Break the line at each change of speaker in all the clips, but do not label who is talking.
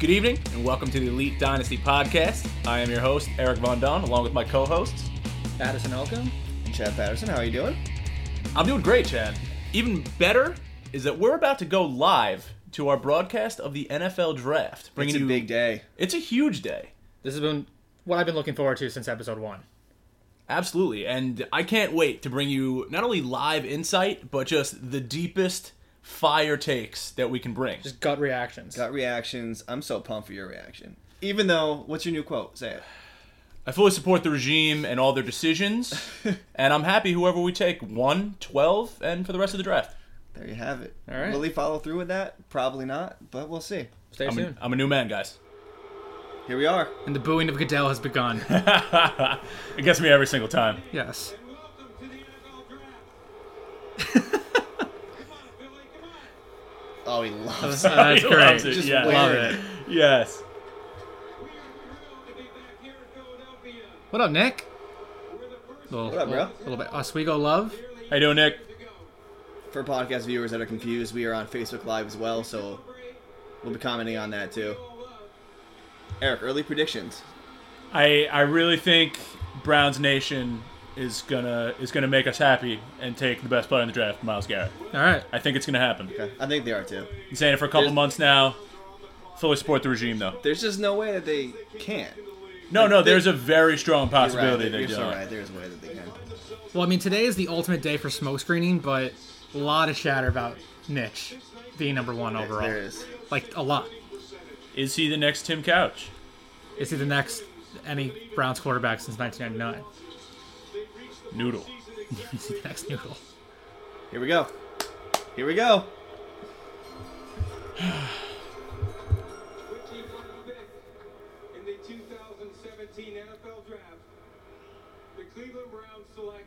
Good evening, and welcome to the Elite Dynasty Podcast. I am your host, Eric Von Don, along with my co hosts.
Addison Elko.
And Chad Patterson, how are you doing?
I'm doing great, Chad. Even better is that we're about to go live to our broadcast of the NFL Draft.
It's a
you,
big day.
It's a huge day.
This has been what I've been looking forward to since episode one.
Absolutely. And I can't wait to bring you not only live insight, but just the deepest fire takes that we can bring.
Just gut reactions.
Got reactions. I'm so pumped for your reaction. Even though, what's your new quote? Say it.
I fully support the regime and all their decisions, and I'm happy whoever we take 1, 12, and for the rest of the draft.
There you have it.
All right.
Will he follow through with that? Probably not, but we'll see.
Stay
I'm a,
tuned.
I'm a new man, guys.
Here we are.
And the booing of Goodell has begun.
it gets me every single time.
yes.
Welcome to the NFL Draft. Come on, Billy, come on.
Oh, he loves it.
That's
He
great.
loves it,
Just
yeah.
love it.
Yes.
We are thrilled to be back here in Philadelphia.
What up, Nick?
We're the first
Little,
What up, bro?
little bit Oswego love.
How you doing, Nick?
to go.
For podcast viewers that are confused, we are on Facebook Live as well, so we'll be commenting on that too. Eric, early predictions.
I I really think Browns Nation is gonna is gonna make us happy and take the best player in the draft, Miles Garrett.
All right.
I think it's gonna happen.
Okay. I think they are too.
Been saying it for a couple
There's-
months now. Fully support the regime though.
There's just no way that they can't.
No, no,
they-
there's a very strong
You're right.
possibility they
You're
do.
so
not
right. There's a way that they can.
Well, I mean, today is the ultimate day for smoke screening, but a lot of chatter about Nick being number one overall.
There is.
Like, a lot.
Is he the next Tim Couch?
Is he the next any Browns quarterback since 1999?
Noodle.
Is he the next noodle?
Here we go. Here we go.
With the first pick in the 2017 NFL Draft, the Cleveland Browns select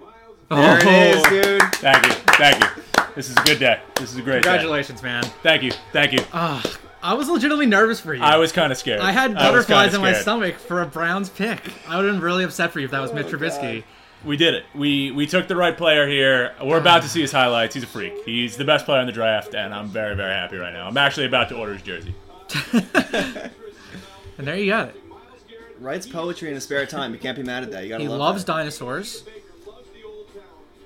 Miles
There
Oh.
it is, dude.
Thank you, thank you. This is a good day. This is a great day.
Congratulations, man.
Thank you, thank you.
Ah, I was legitimately nervous for you.
I was kind of scared.
I had
was
butterflies
kinda
in my
scared.
stomach for a Browns pick. I would have been really upset for you if that was Mitch Trubisky.
We did it. We we took the right player here. We're about to see his highlights. He's a freak. He's the best player in the draft, and I'm very very happy right now. I'm actually about to order his jersey.
And there you got it.
Writes poetry in his spare time. You can't be mad at that. You gotta
He
love
loves
that.
dinosaurs.
Baker loves the old town,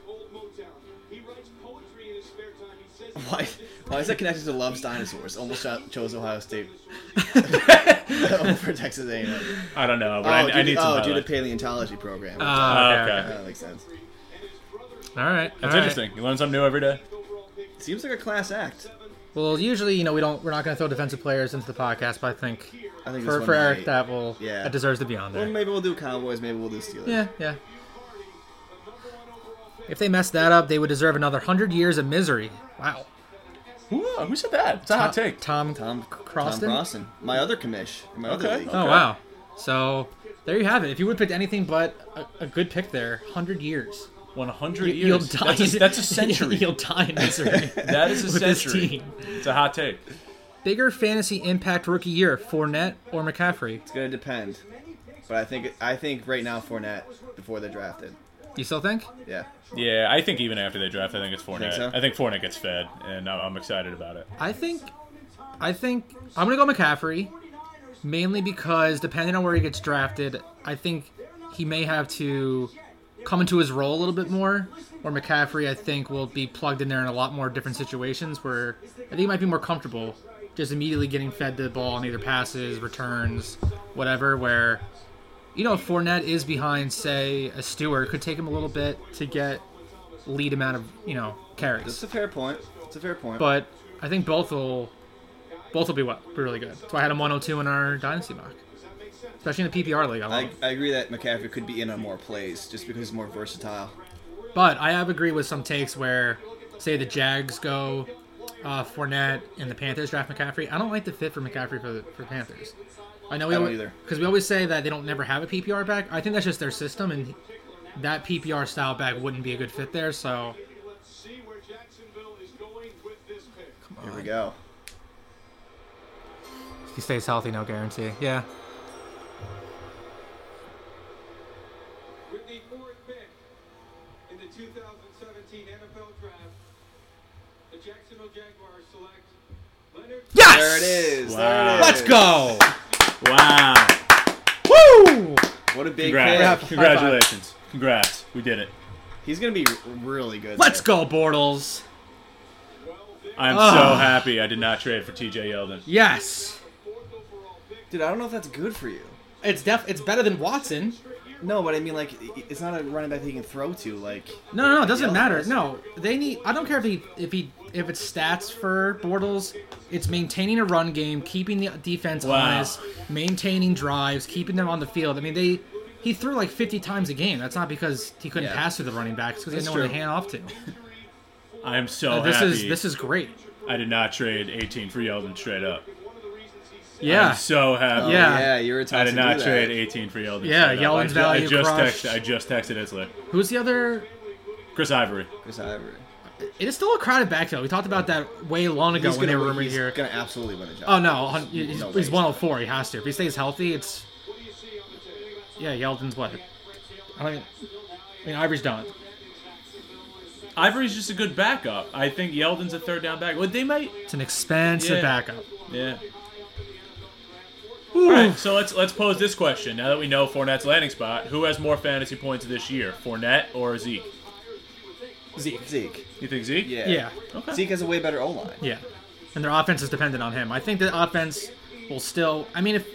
old Motown. He writes poetry in his spare time. He says he
Why,
loves it.
why is that connected to loves dinosaurs? Almost cho- chose Ohio State over Texas A&M.
I don't know, but
Oh,
I,
due,
I
to-
need some
oh, due to
highlights.
paleontology program.
Oh,
Ah,
okay,
okay.
okay.
that makes sense.
All right.
That's interesting. You learn something new every day.
Seems like a class act.
Well, usually, you know, we don't we're not going to throw defensive players into the podcast, but I think
I think this
for,
one
for
might-
Eric that will
Yeah.
that deserves to be on
Well,
there.
maybe we'll do Cowboys. Maybe we'll do Steelers.
Yeah, yeah. If they mess that up, they would deserve another hundred years of misery. Wow.
Who, who said that? It's a hot take.
Tom
Tom
Croston?
Tom Croston. My other commish. in My
Okay.
other league.
Oh
Okay.
wow. So there you have it. If you would picked anything but a, a good pick there, hundred years.
100
You-
years.
You'll die.
That's, a,
in-
that's a century.
You'll die in misery.
that is a
with this
century.
team.
It's a hot take.
Bigger fantasy impact rookie year, Fournette or McCaffrey?
It's gonna depend. But I think I think right now Fournette before they're drafted.
You still think?
Yeah.
Yeah, I think even after they draft, I think it's Fournette.
so?
I think Fournette gets fed, and I'm, I'm excited about it.
I think, I think I'm gonna go McCaffrey, mainly because depending on where he gets drafted, I think he may have to come into his role a little bit more. Or McCaffrey, I think, will be plugged in there in a lot more different situations where I think he might be more comfortable just immediately getting fed the ball on either passes, returns, whatever. Where you know, if Fournette is behind, say, a Stewart, could take him a little bit to get lead amount of you know carries
That's a fair point. It's a fair point.
but I think both will both will be what be really good. So I had him 102 in our dynasty mock, especially in the PPR league. I love
I,
him.
I agree that McCaffrey could be in on more plays just because he's more versatile.
But I have agreed with some takes where, say, the Jags go uh, Fournette and the Panthers draft McCaffrey. I don't like the fit for McCaffrey for the for the Panthers. I know we
I don't
always,
either.
because we always say that they don't never have a PPR back. I think that's just their system, and that PPR style back wouldn't be a good fit there. So
Let's see where Jacksonville is going with this pick.
Here we go.
if he stays healthy, no guarantee. Yeah,
With the fourth pick in the 2017 NFL Draft, the Jacksonville Jaguars select Leonard.
Yes!
There it is. There
Wow.
it is.
Let's go.
Wow.
Woo!
What a big
Congrats.
pick.
Congratulations. Congrats. We did it.
He's gonna be r- really good.
Let's
there.
go, Bortles.
I'm
Ah.
so happy I did not trade for TJ Yeldon.
Yes.
dude. I don't know if that's good for you.
It's def. It's better than Watson.
No, but I mean, like, i- it's not a running back that you can throw to. Like,
No, no, no, it doesn't
Yeah.
matter. No, they need. I don't care if he, if he, if it's stats for Bortles. It's maintaining a run game, keeping the defense
Wow.
honest, maintaining drives, keeping them on the field. I mean, they he threw like 50 times a game. That's not because he couldn't
Yeah.
pass to the running backs because he had
That's
no one to
true.
hand off to.
I am so
Uh, this
Oh, happy.
is this is great.
I did not trade 18 for Yeldon straight up.
Yeah,
I'm so
oh,
happy.
Yeah.
yeah, you're entitled
I did
to do
not
that.
trade 18 for Yeldon.
Yeah,
straight up. I
Yeldon's
ju-
value
I just
crushed.
texted. I just texted Itzler.
who's the other?
Chris Ivory.
Chris Ivory.
It is still a crowded backfield. We talked about that way long ago
He's
when they
gonna
were
win-
rumored
he's
here.
gonna absolutely win the job.
Oh no, hun-
There's
he's,
no
he's
way.
104. He has to. If he stays healthy, it's yeah. Yeldon's what? I don't. Even, I mean, Ivory's done.
Ivory's just a good backup. I think Yeldon's a third down back. Well, they might.
It's an expensive
Yeah.
backup.
Yeah. All right, so let's let's pose this question. Now that we know Fournette's landing spot, who has more fantasy points this year, Fournette or Zeke?
Zeke.
Zeke.
You think Zeke?
Yeah.
Yeah,
Okay.
Zeke has a way better O line.
yeah. And their offense is dependent on him. I think the offense will still. I mean, if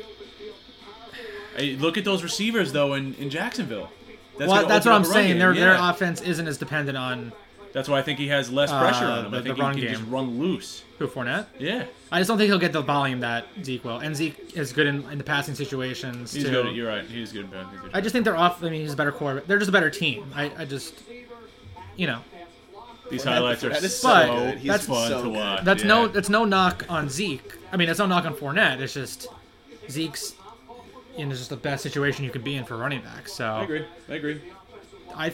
Hey, look at those receivers though in, in Jacksonville. That's
well,
gonna
that's
open
what
up a
I'm
run
saying.
game,
Their their
yeah.
offense isn't as dependent on
That's why I think he has less pressure
Uh,
on him.
the-
I think he
the run
can
game.
just run loose.
who Fournette.
Yeah,
I just don't think he'll get the volume that Zeke will. And Zeke is good in, in the passing situations
he's
too.
good. You're right. He's good. Man. He's good.
I just think they're off. I mean, he's a better quarterback. They're just a better team. I, I just, you know,
These highlights are
Fournette is
so
so
good.
good.
He's
That's
fun
so
to
good.
watch.
that's no,
yeah.
that's no knock on Zeke. I mean, that's no knock on Fournette. It's just Zeke's in is just the best situation you could be in for running back. So
I agree. I agree.
I,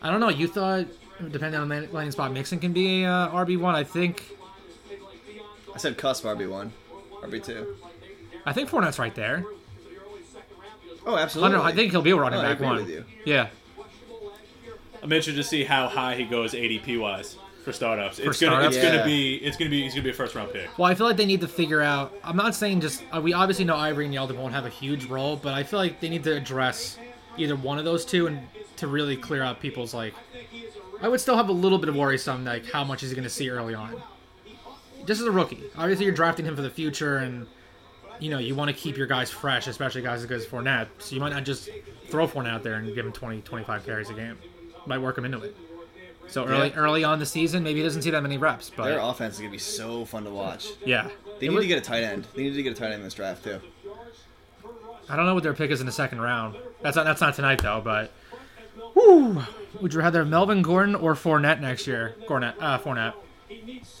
I don't know. You thought, depending on land- landing spot, Mixon can be uh, RB one. I think,
I said cusp RB one, RB two.
I think Fournette's right there.
Oh,
I don't
absolutely.
know. I think he'll be a running
No, I
back
agree
one.
with you.
Yeah,
I'm interested to see how high he goes ADP wise for startups. It's gonna
startups?
it's
Yeah.
gonna be it's gonna be it's gonna be a first round pick.
Well, I feel like they need to figure out. I'm not saying just. Uh, we obviously know Ivory and Yeldon won't have a huge role, but I feel like they need to address either one of those two and to really clear out people's like. I would still have a little bit of worrisome like how much is he going to see early on. Just as a rookie, obviously you're drafting him for the future, and you know you want to keep your guys fresh, especially guys as good as Fournette. So you might not just throw Fournette out there and give him 20, 25 carries a game. Might work him into it. So early,
Yeah.
early on in the season, maybe he doesn't see that many reps, but
Their offense is gonna be so fun to watch.
yeah,
They
It
need
was-
to get a tight end. They need to get a tight end in this draft too.
I don't know what their pick is in the second round. That's not that's not tonight though, but Woo! would you rather have Melvin Gordon or Fournette next year? Gordon, uh, Fournette.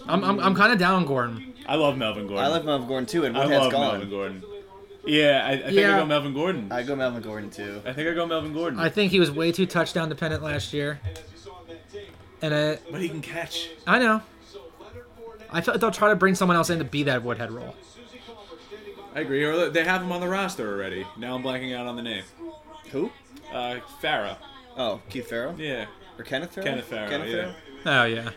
I'm I'm, I'm kind of down on Gordon.
I love Melvin Gordon.
I love Melvin Gordon too, and
I
Woodhead's
love
gone.
Melvin Gordon. Yeah, I, I think
Yeah.
I go Melvin Gordon.
I
I,
go Melvin Gordon too.
think I go Melvin Gordon.
I think he was way too touchdown dependent last year, and I
but he can catch.
I know. I feel like they'll try to bring someone else in to be that Woodhead role.
I agree. Or look, they have him on the roster already. Now I'm blanking out on the name.
Who?
Uh, Farah.
Oh, Keith Farrell
Yeah.
or Kenneth Farrell?
Kenneth Farrell, yeah.
Oh yeah,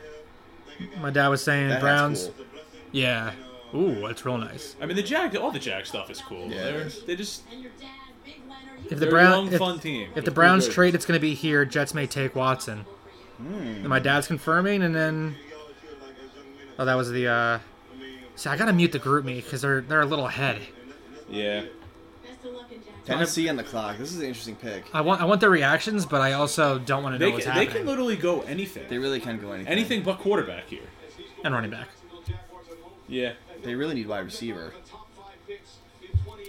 my dad was saying
That
Browns.
Browns. Cool.
Yeah. Ooh, that's real nice.
I mean the Jack. All the Jack stuff is cool.
Yeah, it
They're,
is.
they just
If the
they're a young,
Browns,
fun team.
If the Browns
They're good.
trade, it's going to be here. Jets may take Watson.
Hmm.
And my dad's confirming, and then oh, that was the. uh See, I gotta mute the group me because they're they're a little ahead.
yeah,
Tennessee on the clock. This is an interesting pick.
I want I want their reactions, but I also don't want to know
they
what's
can, they
happening.
can literally go anything.
They really can go anything.
anything but quarterback here.
and running back.
Yeah.
They really need wide receiver.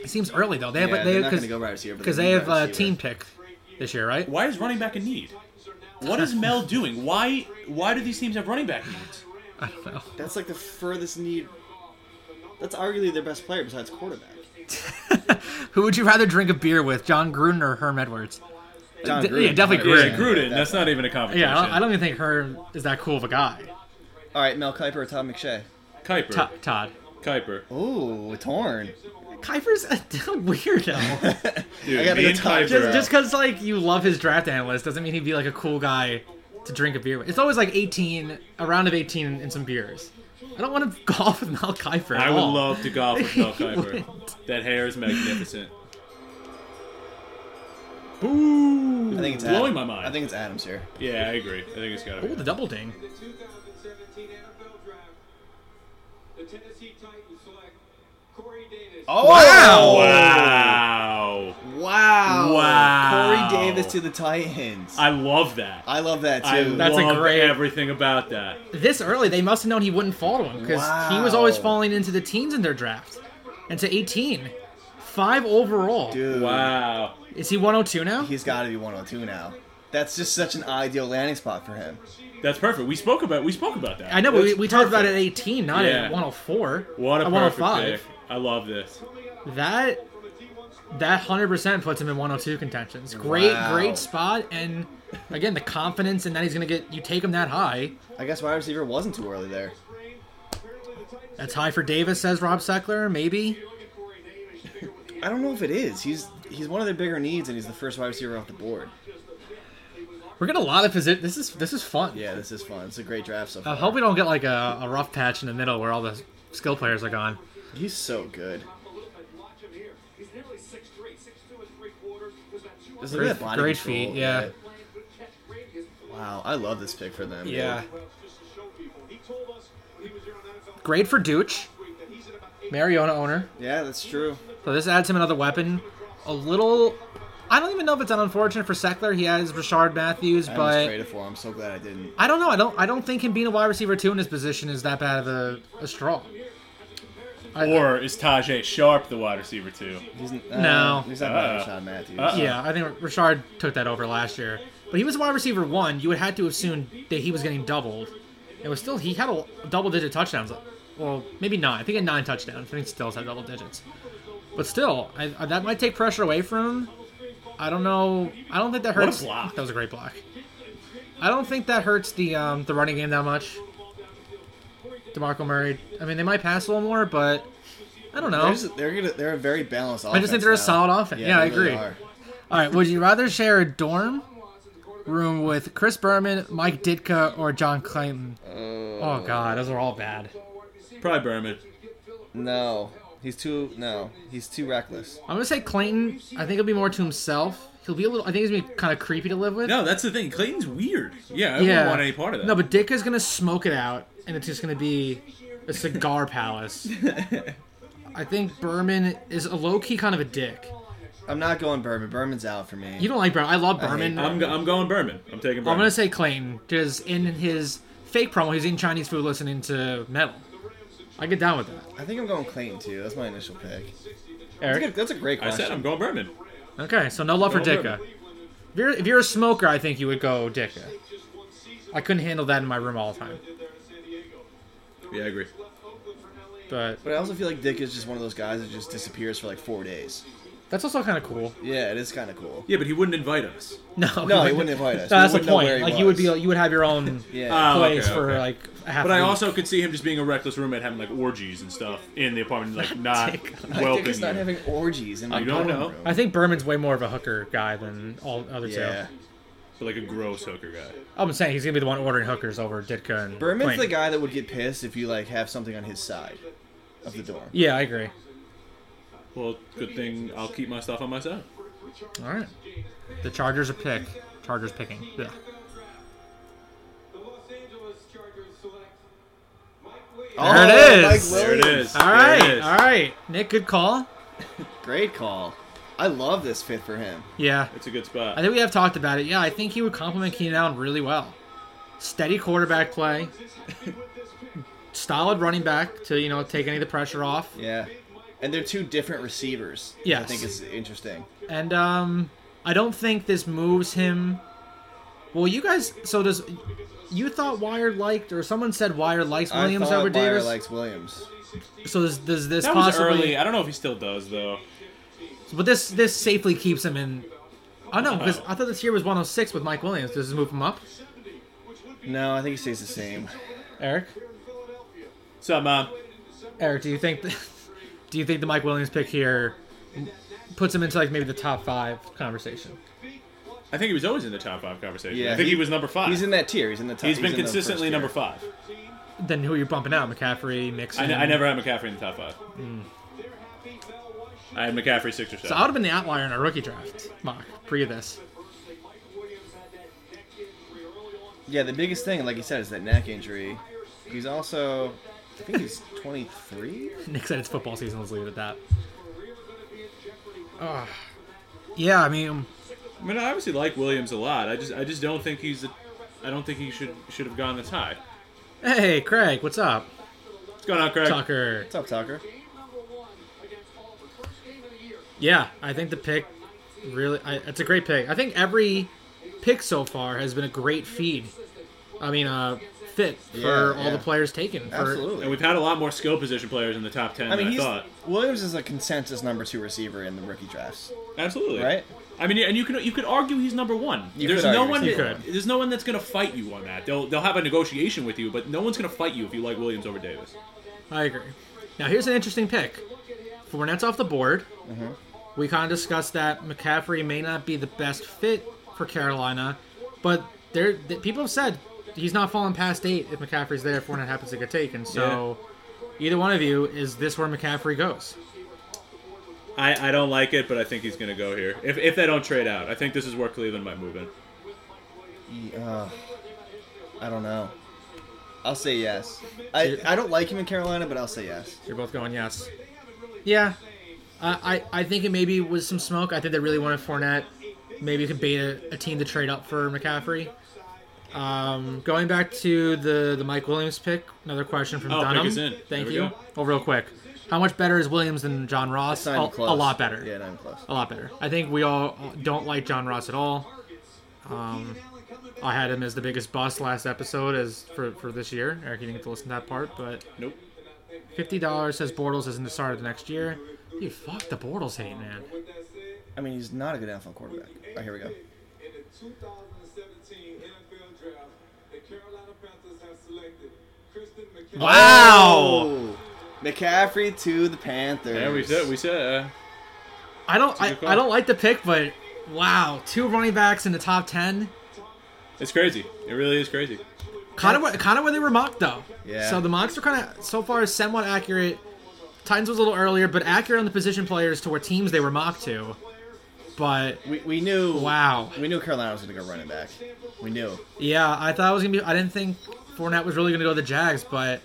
It seems early though. They have
Yeah,
they
they're not going to go
because
wide receiver but
they
need
have
wide
uh,
receiver.
team pick this year, right?
Why is running back a need? What is Mel doing? Why why do these teams have running back needs?
I don't know.
That's like the furthest need. That's arguably their best player besides quarterback.
Who would you rather drink a beer with, John Gruden or Herm Edwards?
John
D- yeah, definitely
Yeah,
Gruden.
Gruden. That's not even a conversation.
Yeah, I don't, I don't even think Herm is that cool of a guy.
All right, Mel Kiper or Todd McShay?
Kuiper.
To- Todd.
Kuiper.
Ooh, torn.
Kiefer's a weirdo.
Dude,
I gotta
me
go
and
Todd.
Kuiper
just
are-
just because like you love his draft analyst doesn't mean he'd be like a cool guy to drink a beer with. It's always like eighteen, a round of eighteen and, and some beers. I don't want to golf with Mel Kiper. at
I would
all.
love to golf with Mel
You
Kiper.
wouldn't.
that hair is magnificent. Boo!
I think it's
blowing
Adam-
my mind.
I think it's Adams here.
Yeah, I agree. I think it's got to
Oh,
be.
the double ding.
The 2017 NFL Draft, the Tennessee Titans select Corey Davis.
Oh. wow!
Wow!
Wow!
Wow.
Corey Davis to the Titans. I,
I love that.
love that
I
too.
That's a
love
great-
everything about that.
This early, they must have known he wouldn't fall to him because he was
Wow.
always falling into the teens in their draft, and to 18, five overall.
Dude,
Wow.
Is he 102 now?
he's got to be 102 now. That's just such an ideal landing spot for him.
That's perfect. We spoke about we spoke about that.
I know, but we,
That's
we talked about it at
perfect.
18, not
Yeah.
at 104.
What a
at oh
perfect pick. I love this.
That that hundred percent puts him in 102 contentions. Great,
Wow.
great spot, and again the confidence in that he's gonna get. You take him that high.
I guess wide receiver wasn't too early there.
That's high for Davis, says Rob Seckler. Maybe
I don't know if it is. He's he's one of their bigger needs, and he's the first wide receiver off the board.
we're getting a lot of position. This is this is fun.
Yeah, this is fun. It's a great draft so
I
far.
Uh-huh.
hope we don't get like a, a rough patch in the middle where all the skill players are gone.
He's so good. Does
Great-
have body
great
control?
feet, yeah.
Wow, I love this pick for them. dude.
Great for Dooch, Mariona owner.
Yeah, that's true.
So this adds him another weapon. A little. I don't even know if it's an unfortunate for Seckler. He has Rashard Matthews,
I almost
but
traded for him. I'm so glad I didn't.
I don't know. I don't. I don't think him being a wide receiver two in his position is that bad of a, a straw. I-
Or is Tajay Sharp the wide receiver too?
He's, n- uh,
No.
He's not
Uh-oh.
uh, Sean Matthews.
Uh-oh.
yeah, I think Rashard took that over last year, but he was wide receiver one. You would have to assume that he was getting doubled. It was still he had a double digit touchdowns. Well, maybe nine. I think he had nine touchdowns. I think Stills had double digits, but still, I, I- that might take pressure away from him. I don't know. I don't think that
What a
hurts.
block.
That was a great block. I don't think that hurts the um, the running game that much. Demarco Murray. I mean, they might pass a little more, but I don't know.
They're, just- they're gonna, they're a very balanced offense.
just think they're a
now.
solid offense. Yeah,
they
I agree.
are.
All right, would you rather share a dorm room with Chris Berman, Mike Ditka, or John Clayton?
Uh,
oh God, those are all bad.
Probably Berman.
No, he's too no, he's too reckless.
I'm gonna say Clayton. I think he'll be more to himself. He'll be a little. I think he's gonna be kind of creepy to live with.
No, that's the thing. Clayton's weird. Yeah, I
yeah.
wouldn't want any part of that.
No, but Ditka's gonna smoke it out, and it's just gonna be a cigar palace. I think Berman is a low key kind of a dick.
I'm not going Berman. Berman's out for me.
You don't like Berman. I love
hate
Berman.
I'm, go- I'm going Berman. I'm taking Berman.
I'm gonna say Clayton because in his fake promo, he's eating Chinese food, listening to metal. I get down with that.
I think I'm going Clayton too. That's my initial pick. That's a,
Eric.
good- that's a great
I
question.
said I'm going Berman.
Okay, so no love for
Go
Dicka.
Berman.
If you're, if you're a smoker, I think you would go Dicka. I couldn't handle that in my room all the time.
Yeah, I agree.
But
but I also feel like Dick is just one of those guys that just disappears for like four days.
that's also kind of cool.
Yeah, it is kind of cool.
Yeah, but he wouldn't invite us.
No,
No, he wouldn't invite us.
No,
We
that's the
wouldn't know
point.
where he
Like you would be,
was.
you would have your own
Yeah.
Oh, okay,
place for
okay.
like a half.
But I
week.
also could see him just being a reckless roommate, having like orgies and stuff in the apartment, like not
Dick.
I
welcoming.
think he's not
you.
having orgies in my
You don't
dorm
know.
room.
I think Berman's way more of a hooker guy than all other
Yeah,
two.
But like a gross hooker guy.
I'm saying he's gonna be the one ordering hookers over Ditka and
Berman's
Clayton.
the guy that would get pissed if you like have something on his side of the dorm.
Yeah, I agree.
Well, good thing I'll keep my stuff on my side.
All right. The Chargers are pick. Chargers picking. Yeah.
The Los Angeles Chargers select Mike Williams.
Oh,
There it
Mike
is.
There it
Williams.
is.
All
There it
right.
is.
All right. Nick, good call.
Great call. I love this fit for him.
Yeah.
It's a good spot.
I think we have talked about it. Yeah, I think he would complement Keenan Allen really well. Steady quarterback play, solid running back to you know take any of the pressure off,
Yeah. And they're two different receivers. which I
Yes.
think it's interesting.
and um, I don't think this moves him. Well, you guys, so does you thought Wire liked or someone said Wire likes Williams
I thought
over
Meyer
Davis?
likes Williams.
so does, does this
that was
possibly?
early. I don't know if he still does though.
But this this safely keeps him in. Oh no, because I thought this year was 106 with Mike Williams. Does this move him up,
No, I think he stays the same.
Eric?
What's up, mom?
Eric, do you think do you think the Mike Williams pick here puts him into like maybe the top five conversation?
I think he was always in the top five conversation.
Yeah,
I think he,
he-
was number five.
He's in that tier. He's in the top.
he's been
in the first
consistently
tier.
number five.
then who are you bumping out? McCaffrey, Mixon.
I, n- I never had McCaffrey in the top five.
They're happy Bell was shooting.
I had McCaffrey six or seven.
So I would have been the outlier in our rookie draft mock pre this.
First thing, Mike Williams had that neck injury early on.
Yeah, the biggest thing, like you said, is that neck injury. He's also, I think he's 23.
Nick said it's football season. Let's leave it at that.
Career going to be in jeopardy.
Yeah, I mean,
I mean, I obviously like Williams a lot. I just I just don't think he's. A, I don't think he should should have gone this high.
hey Craig, what's up,
What's going on, Craig?
Tucker?
What's up, Tucker?
Game number one against Auburn. First game of the year.
Yeah, I think the pick really. I, it's a great pick. I think every pick so far has been a great feed. I mean, uh, fit for
Yeah,
all
yeah.
the players taken. For,
And
Absolutely.
we've had a lot more skill position players in the top ten
I mean,
than
he's
I thought.
Williams is a consensus number two receiver in the rookie drafts,
Absolutely.
right?
I mean, and you can you could argue he's number one.
You
there's
could
no
argue
one.
he's
That,
number
there's no one that's gonna fight you on that. They'll they'll have a negotiation with you, but no one's gonna fight you if you like Williams over Davis.
I agree. Now here's an interesting pick. Fournette's off the board. We kind of discussed that McCaffrey may not be the best fit for Carolina, but there th- people have said he's not falling past eight if McCaffrey's there. If Fournette happens to get taken, so either one of you is this where McCaffrey goes?
I, I don't like it, but I think he's gonna go here. If if they don't trade out, I think this is where Cleveland might move in.
He, uh, I don't know. I'll say yes. I, I don't like him in Carolina, but I'll say yes.
You're both going yes. Yeah, I I, I think it maybe was some smoke. I think they really wanted Fournette. Maybe you could bait a, a team to trade up for McCaffrey. Um, going back to the the Mike Williams pick, another question from
Oh, pick
Dunham.
is in. There
Thank
we
you.
go.
Oh, real quick, how much better is Williams than John Ross?
It's not even
A,
close.
a lot better.
Yeah, not even close.
A lot better. I think we all don't like John Ross at all. Um, I had him as the biggest bust last episode as for, for this year. Eric, you didn't get to listen to that part, but
Nope.
Fifty dollars says Bortles isn't the start of the next year. Dude, fuck the Bortles hate, man.
I mean, he's not a good NFL quarterback. Oh, here we go.
In the 2017 NFL draft, the Carolina Panthers have selected Kristen McCaffrey.
Oh, McCaffrey to the Panthers.
Yeah, we said we said. Uh,
I don't,
a
I,
good call.
I don't like the pick, but wow, two running backs in the top ten.
it's crazy. It really is crazy.
Kind of, kind of where they were mocked though.
Yeah.
So the mocks are kind of so far somewhat accurate. Titans was a little earlier, but accurate on the position players to where teams they were mocked to. But
We, we knew.
wow,
We knew Carolina was going to go running back. We knew.
yeah, I thought it was gonna be. I didn't think Fournette was really gonna go to the Jags, but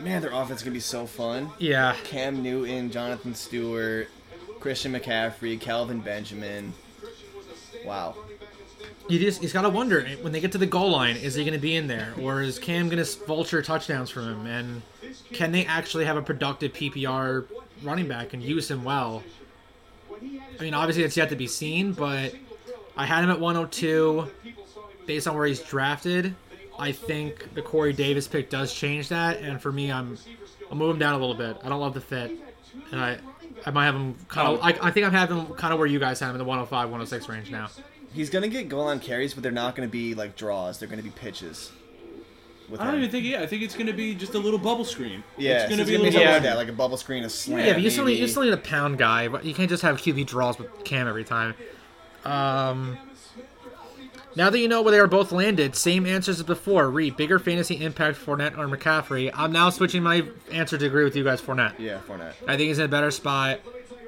Man, their offense is going to be so fun.
yeah,
Cam Newton, Jonathan Stewart, Christian McCaffrey, Calvin Benjamin. Wow.
You just he's got to wonder eh, when they get to the goal line, is he going to be in there, or is Cam going to vulture touchdowns from him? And can they actually have a productive PPR running back and use him well? I mean, obviously it's yet to be seen, but I had him at 102 based on where he's drafted. I think the Corey Davis pick does change that, and for me, I'm I'll move him down a little bit. I don't love the fit, and I I might have him kind of. I, I think I'm having him kind of where you guys have him in the 105, 106 range now.
He's going to get goal line carries, but they're not going to be like draws. They're going to be pitches. With
I don't
him.
even think. Yeah, I think it's gonna be just a little bubble screen.
Yeah,
it's
so
gonna be a little.
something like
bubble
that, like a bubble screen, a slam.
Yeah, but you still, need, you
maybe.
still need a pound guy. But you can't just have QB draws with Cam every time. Um, now that you know where they are both landed, same answers as before. Read bigger fantasy impact Fournette or McCaffree. I'm now switching my answer to agree with you guys, Fournette.
Yeah, Fournette.
I think he's in a better spot.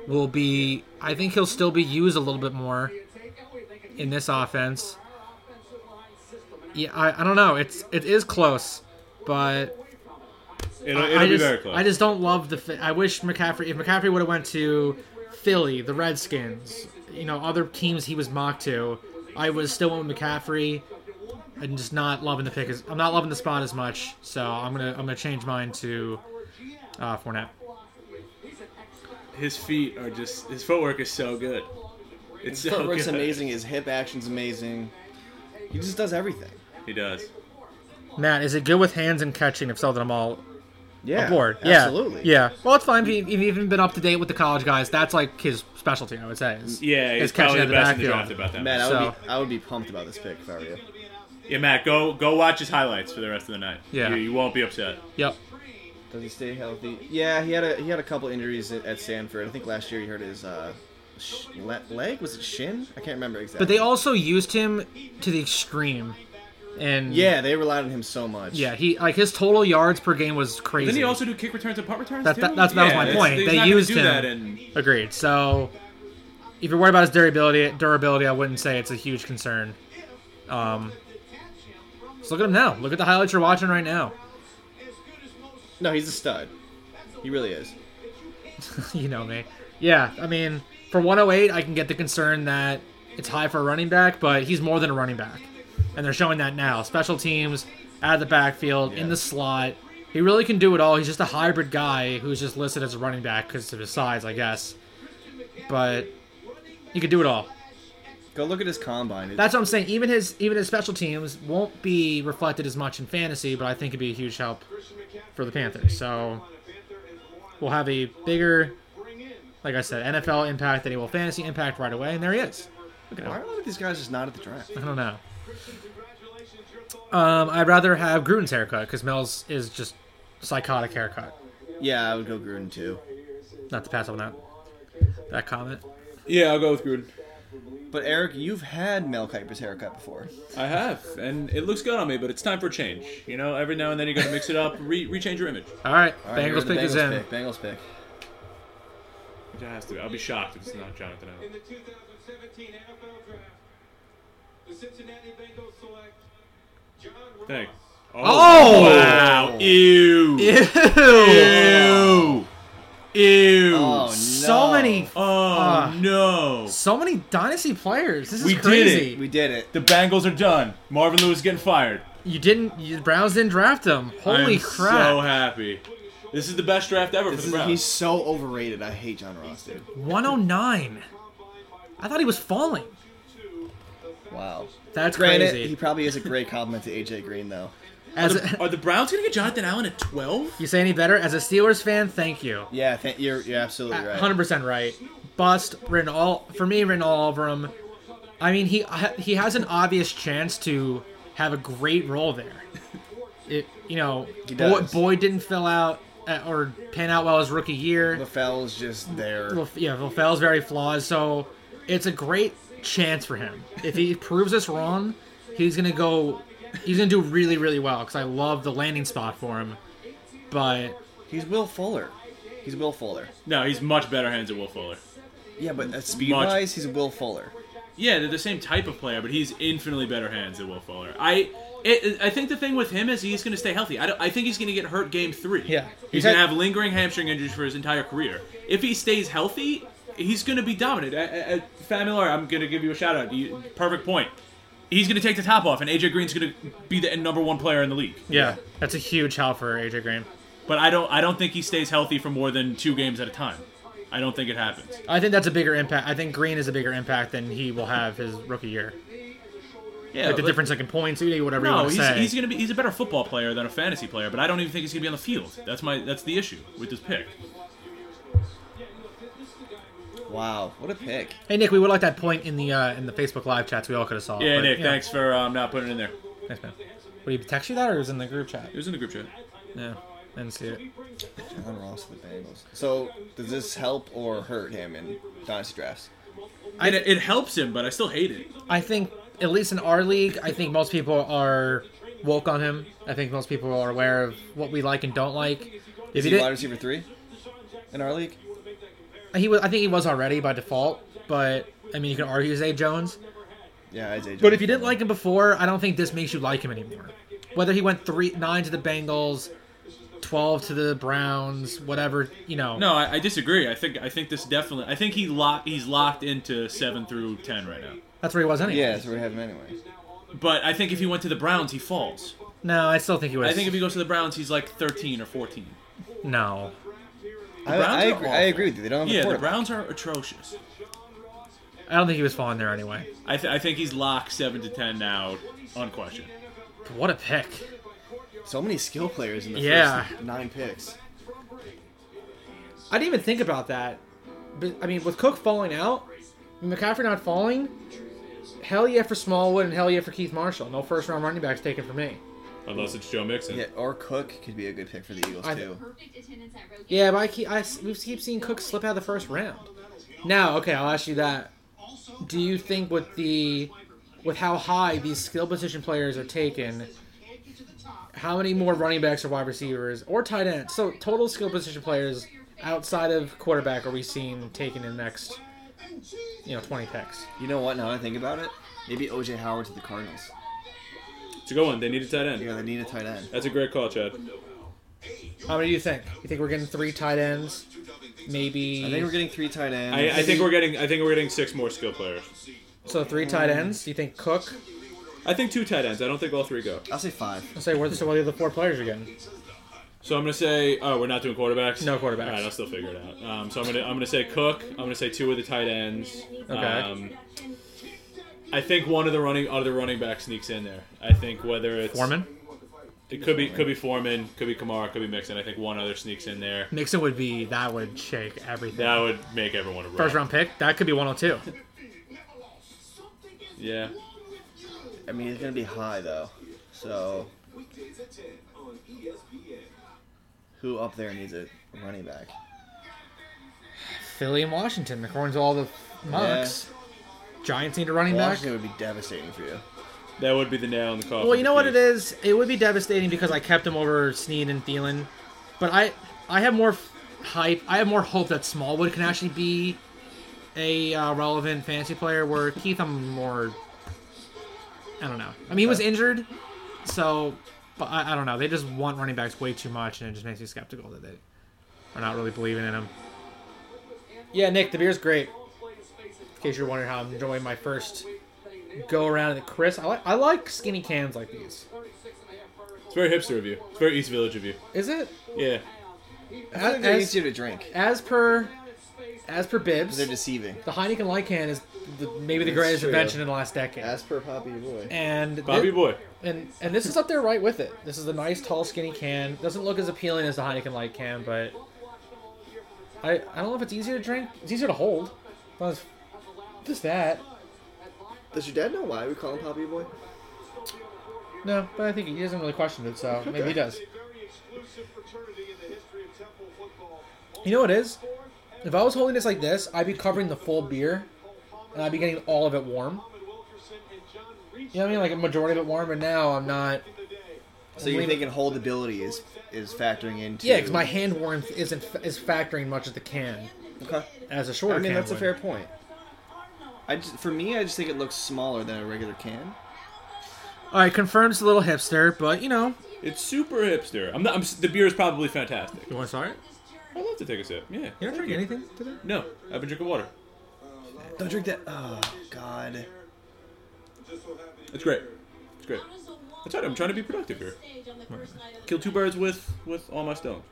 Will be. I think he'll still be used a little bit more in this offense. Yeah, I, I don't know. It's it is close, but
It'll,
I-
it'll
I
be
just,
very close.
I just don't love the. fi- I wish McCaffrey. If McCaffrey would have went to Philly, the Redskins, you know, other teams he was mocked to, I was still went with McCaffrey. I'm just not loving the pick. As, I'm not loving the spot as much. So I'm gonna I'm gonna change mine to uh, Fournette.
his feet are just. His footwork is so good. It's
His
so
footwork's
good.
amazing. His hip action's amazing. He just does everything.
He does.
Matt, is it good with hands and catching? If so, then I'm all
Yeah,
aboard. Yeah,
absolutely.
Yeah. Well, it's fine. If you- if you've even been up to date with the college guys, that's like his specialty. I would say. is-
Yeah,
is
he's
catching
probably
at
the best in the
backfield.
draft about that.
Man, I would,
So-
be, I would be pumped about this pick if I were you.
Yeah, Matt, go go watch his highlights for the rest of the night.
Yeah.
you, you won't be upset.
Yep.
Does he stay healthy? Yeah, he had a he had a couple injuries at, at Sanford. I think last year he hurt his uh, sh- le- leg. Was it shin? I can't remember exactly.
But they also used him to the extreme and
Yeah, they relied on him so much.
yeah, he like his total yards per game was crazy.
Didn't he also do kick returns and punt returns
That-
too?
that- that's- that was my
it's-
point.
he's
They
not gonna
used
do
him.
that in-
Agreed. So, if you're worried about his durability, durability, I wouldn't say it's a huge concern. Um, so look at him now. Look at the highlights you're watching right now.
No, he's a stud. He really is.
you know me. Yeah, I mean, for 108, I can get the concern that it's high for a running back, but he's more than a running back, and they're showing that now. Special teams, out of the backfield, in the slot, he really can do it all. He's just a hybrid guy who's just listed as a running back because of his size, I guess. But he could do it all.
Go look at his combine. It-
That's what I'm saying. Even his even his special teams won't be reflected as much in fantasy, but I think it'd be a huge help for the Panthers. So we'll have a bigger, like I said, NFL impact that he will fantasy impact right away, and there he is. Look at
why
him.
are a lot of these guys just not at the draft?
I don't know. Um, I'd rather have Gruden's haircut because Mel's is just psychotic haircut.
Yeah, I would go Gruden too.
Not to pass on that that comment.
Yeah, I'll go with Gruden.
But Eric, you've had Mel Kiper's haircut before.
I have, and it looks good on me, but it's time for a change. You know, every now and then you got to mix it up, re- rechange your image.
All right,
All right,
Bengals
here's the
pick is
Bengals
in.
Pick. Bengals pick.
It has to be. I'll be shocked if it's not Jonathan
In
Allen.
the 2017 NFL Draft, the Cincinnati Bengals select John Ross.
Thanks.
Oh!
Wow. Ew. Ew. Ew.
Oh no!
So many,
Oh,
Ah.
no.
so many dynasty players. This is
We did
crazy.
it.
We did it.
The Bengals are done. Marvin Lewis getting fired.
You didn't. You, the Browns didn't draft him. Holy
I'm So
crap!
happy. This is the best draft ever
This
for the
is,
Browns.
he's so overrated. I hate John Ross, dude.
109. I thought he was falling.
Wow.
That's
Granted,
crazy.
he probably is a great compliment to AJ Green, though.
As
Are the,
a,
are the Browns gonna get Jonathan Allen at twelve?
you say any better? As a Steelers fan, thank you.
Yeah, th- you're you're absolutely right.
100 percent right. Bust written all for me. Written all over him. I mean, he he has an obvious chance to have a great role there. It, you know,
He
Boy,
does.
Boyd didn't fill out uh, or pan out well his rookie year.
LaFell's just there.
Well, yeah, Vafel's very flawed, so it's a great chance for him. If he proves us wrong, he's gonna go. He's gonna do really, really well because I love the landing spot for him. But
He's Will Fuller. He's Will Fuller.
no, he's much better hands than Will Fuller.
Yeah, but uh, speed wise, he's Will Fuller.
Yeah, they're the same type of player, but he's infinitely better hands than Will Fuller. I. It, I think the thing with him is he's going to stay healthy. I, don't, I think he's going to get hurt game three.
Yeah.
he's
He's
going to
had-
have lingering hamstring injuries for his entire career. If he stays healthy, he's going to be dominant. I, I, I, Fat Miller, I'm going to give you a shout out. You, perfect point. He's going to take the top off, and AJ Green's going to be the number one player in the league.
yeah, that's a huge help for AJ Green.
But I don't. I don't think he stays healthy for more than two games at a time. I don't think it happens.
I think that's a bigger impact. I think Green is a bigger impact than he will have his rookie year.
Yeah,
Like the
Uh, but-
difference, like in points, you know, whatever you
No,
want to
he's,
say.
he's gonna be. He's a better football player than a fantasy player, but I don't even think he's gonna be on the field. That's my. That's the issue with this pick.
Wow, what a pick.
hey Nick, we would like that point in the uh, in the Facebook live chats. We all could have saw. it,
Yeah,
but,
Nick.
you know,
Thanks for um, not putting it in there.
Thanks, man. Would he text you that, or was it in the group chat?
It was in the group chat.
Yeah, didn't see it.
John Ross to the Bengals. So does this help or hurt him in dynasty drafts?
I-
And it, it helps him, but I still hate it.
I think, at least in our league, I think most people are woke on him. I think most people are aware of what we like and don't like. If
Is
he
he wide
did,
receiver three in our league?
he was. I think he was already by default. But I mean, you can argue Zay Jones.
Yeah, it's AJ.
But if you didn't like him before, I don't think this makes you like him anymore. Whether he went three nine to the Bengals, twelve to the Browns, whatever you know.
No, I, I disagree. I think. I think this definitely. I think he lock. He's locked into seven through ten right now.
that's where he was anyway.
yeah, that's where we have him anyway.
But I think if he went to the Browns, he falls.
No, I still think he was.
I think if he goes to the Browns, he's like thirteen or fourteen.
no.
I,
Browns
I,
are
agree, I
awful.
agree with you. They don't have
Yeah, the
quarterback.
Browns are atrocious.
I don't think he was falling there anyway.
I, th- I think he's locked seven to ten now, unquestioned.
What a pick!
So many skill players in the
Yeah.
first nine picks.
I didn't even think about that. But I mean, with Cook falling out, McCaffrey not falling, hell yeah for Smallwood and hell yeah for Keith Marshall. No first round running backs taken for me.
Unless it's Joe Mixon.
Yeah, or Cook could be a good pick for the Eagles
I-
too.
perfect attendance at Rogan.
Yeah, but I keep, I s- we keep seeing Cook slip out of the first round. Now, okay, I'll ask you that. Do you think with the with how high these skill position players are taken, how many more running backs or wide receivers or tight ends? So total skill position players outside of quarterback are we seeing taken in the next, you know, 20 picks?
You know what? Now that I think about it, maybe OJ Howard to the Cardinals.
It's a good one. They need a tight end.
Yeah, they need a tight end.
That's a great call, Chad.
How many do you think? You think we're getting three tight ends? Maybe.
I think we're getting three tight ends.
I, I think we're getting. I think we're getting six more skill players.
so three tight ends. Do you think Cook?
I think two tight ends. I don't think all three go.
I'll say five.
I'll say where so what are the other four players are getting?
So I'm gonna say. Oh, we're not doing quarterbacks.
No quarterbacks.
All right, I'll still figure it out. Um, so I'm gonna. I'm gonna say Cook. I'm gonna say two of the tight ends.
Okay.
Um, I think one of the running other running back sneaks in there. I think whether it's
Foreman.
It could be could be Foreman, could be Kamara, could be Mixon. I think one other sneaks in there.
Nixon would be that would shake everything.
That would make everyone a run.
First round pick that could be 102.
Yeah.
I mean, it's gonna be high though. So who up there needs a running back?
Philly and Washington, according to all the mocks. Giants need a running back.
Washington would be devastating for you.
That would be the nail in the coffin.
Well, you know what it is. It would be devastating because I kept him over Snead and Thielen, but I I have more f- hype. I have more hope that Smallwood can actually be a uh, relevant fantasy player. Where Keith, I'm more. I don't know. I mean, he was injured, so. But I, I don't know. They just want running backs way too much, and it just makes me skeptical that they are not really believing in them. Yeah, Nick, the beer's great. In case you're wondering how I'm enjoying my first go around at Chris. I like I like skinny cans like these.
It's very hipster of you. It's very East Village of you.
Is it
Yeah.
I
as,
think they're
as,
easier to drink.
as per as per Bibbs?
They're deceiving.
the Heineken light can is the, maybe the
It's
greatest
true.
invention in the last decade.
As per Poppy Boy.
and thi-
Bobby Boy.
and and this is up there right with it. This is a nice tall skinny can. Doesn't look as appealing as the Heineken light can, but I I don't know if it's easier to drink. It's easier to hold. Not as- Just that.
Does your dad know why we call him Poppy Boy?
No, but I think he doesn't really question it, so maybe he does.
Very exclusive fraternity in the history of Temple football.
You know what it is? If I was holding this like this, I'd be covering the full beer, and I'd be getting all of it warm.
Owen Wilkerson and John
You know what I mean? Like a majority of it warm, and now I'm not.
So you're thinking holdability is is factoring into?
Yeah, because my hand warmth isn't is factoring much of the can
Okay.
as a shorter.
I mean,
can
that's a
would.
fair point. I just, for me, I just think it looks smaller than a regular can.
All right, confirms a little hipster, but you know.
It's super hipster. I'm not. I'm, s- the beer is probably fantastic.
You want to start it?
I'd love to take a sip. Yeah.
You don't drink anything today?
No, I've been drinking water.
Don't drink that. Oh God.
It's great. It's great. That's right. I'm trying to be productive here. Kill two birds with with all my stones.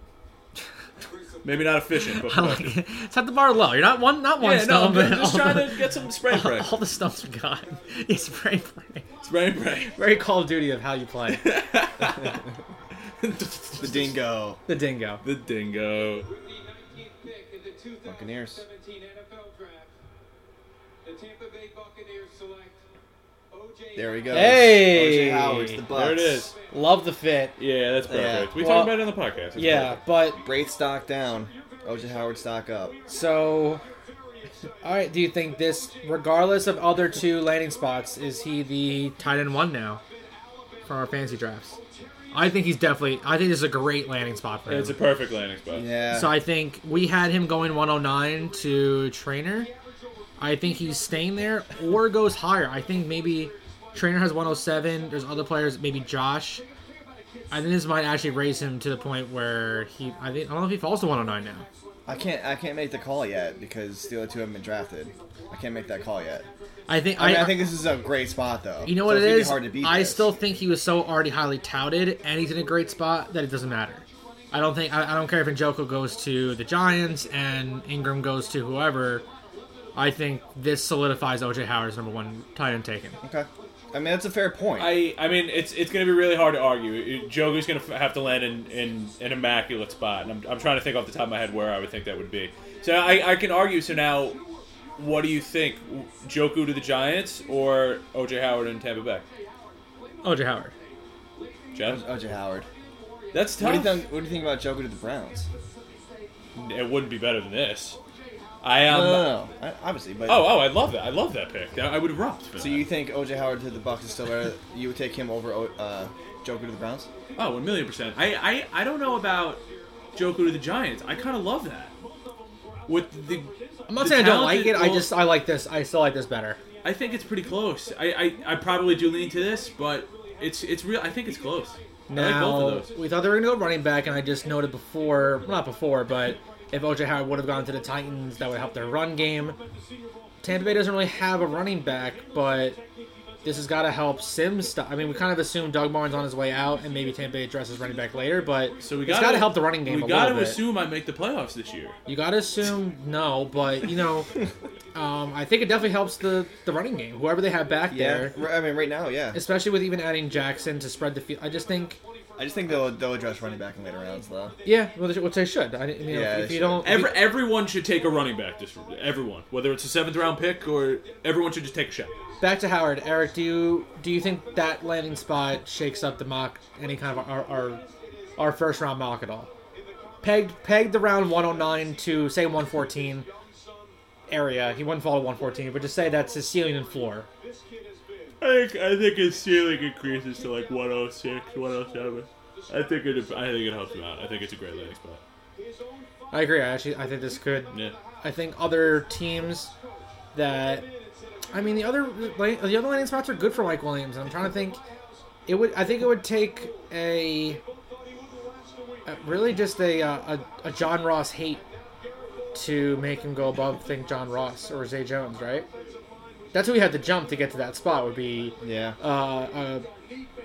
Maybe not efficient, but
I like
productive.
it. Set the bar low. You're not one, not one
yeah, no,
stump.
I'm
but
just
all
trying
the-
to get some spray
all,
pray.
the stumps are gone. It's spray pray.
Spray pray.
Very Call of Duty of how you play
The dingo.
the dingo.
The dingo.
Buccaneers. There we go.
Hey!
OJ Howard's the Bucks.
There it is.
Love the fit.
Yeah, that's perfect.
Yeah.
We
Well,
talked about it on the podcast. It's
Yeah, but
Braith stock down. OJ Howard stock up.
So, all right. Do you think this, regardless of other two landing spots, is he the tight end one now for our fantasy drafts? I think he's definitely. I think this is a great landing spot for him.
It's a perfect landing spot.
Yeah.
so I think we had him going 109 to Trainer. I think he's staying there or goes higher. I think maybe Trainer has 107. There's other players, maybe Josh. I think this might actually raise him to the point where he. I think I don't know if he falls to 109 now.
I can't. I can't make the call yet because the other two haven't been drafted. I can't make that call yet.
I think.
I, mean, I think this is a great spot though.
You know
So
what
it's
it
gonna be
is?
Hard to beat
I
this.
still think he was so already highly touted, and he's in a great spot that it doesn't matter. I don't think I, I don't care if Njoko goes to the Giants and Ingram goes to whoever. I think this solidifies OJ Howard's number one tight end taken.
Okay. I mean, that's a fair point.
I, I mean, it's it's going to be really hard to argue. It- Jogu's going to have to land in, in an immaculate spot, and I'm, I'm trying to think off the top of my head where I would think that would be. So I, I can argue. So now, what do you think? Joku to the Giants or OJ Howard and Tampa Bay?
OJ Howard.
Jeff?
OJ Howard.
That's
What do,
tough.
you think, what do you think about Joker to the Browns?
It wouldn't be better than this. I um.
No, no, no, no. I- obviously, but
Oh, oh, I love that. I love that pick. I I would have rocked for
so
that.
you think OJ Howard to the Bucks is still better? You would take him over O- uh, Joker to the Browns?
Oh, one million percent. I, I, I don't know about Joker to the Giants. I kind of love that. With the,
I'm not
the
saying I don't like
talented-
it. I
well,
just I like this. I still like this better.
I think it's pretty close. I, I, I probably do lean to this, but it's it's real. I think it's close. I like
Now
both of those.
we thought they were gonna go running back, and I just noted before, well, not before, but if OJ Howard would have gone to the Titans, that would help their run game. Tampa Bay doesn't really have a running back, but this has got to help Sims. St- I mean, we kind of assume Doug Martin's on his way out, and maybe Tampa Bay addresses running back later, but
So we
it's
got
got to help the running game.
We
a
gotta
little bit.
assume I make the playoffs this year.
You gotta assume no, but you know, um, I think it definitely helps the the running game. Whoever they have back
Yeah,
there,
r- I mean right now, yeah.
especially with even adding Jackson to spread the field. I just think,
I just think they'll they'll address running back in later rounds though.
yeah, well, they should- which they should. I, you know,
Yeah,
if
they
you
should.
don't,
Every, everyone should take a running back. This everyone, whether it's a seventh round pick or everyone should just take a shot.
back to Howard, Eric. Do you do you think that landing spot shakes up the mock any kind of our our, our first round mock at all? Pegged pegged the round 109 to say 114 area. He wouldn't fall to 114, but just say that's his ceiling and floor.
I think, I think his ceiling increases to like 106, 107. I think it I think it helps him out. I think it's a great landing spot.
I agree. I actually I think this could
Yeah.
I think other teams that I mean the other the other landing spots are good for Mike Williams. I'm trying to think it would I think it would take a, a really just a, uh, a a John Ross hate to make him go above think John Ross or Zay Jones, right? That's who we had to jump to get to that spot would be
Yeah.
uh, uh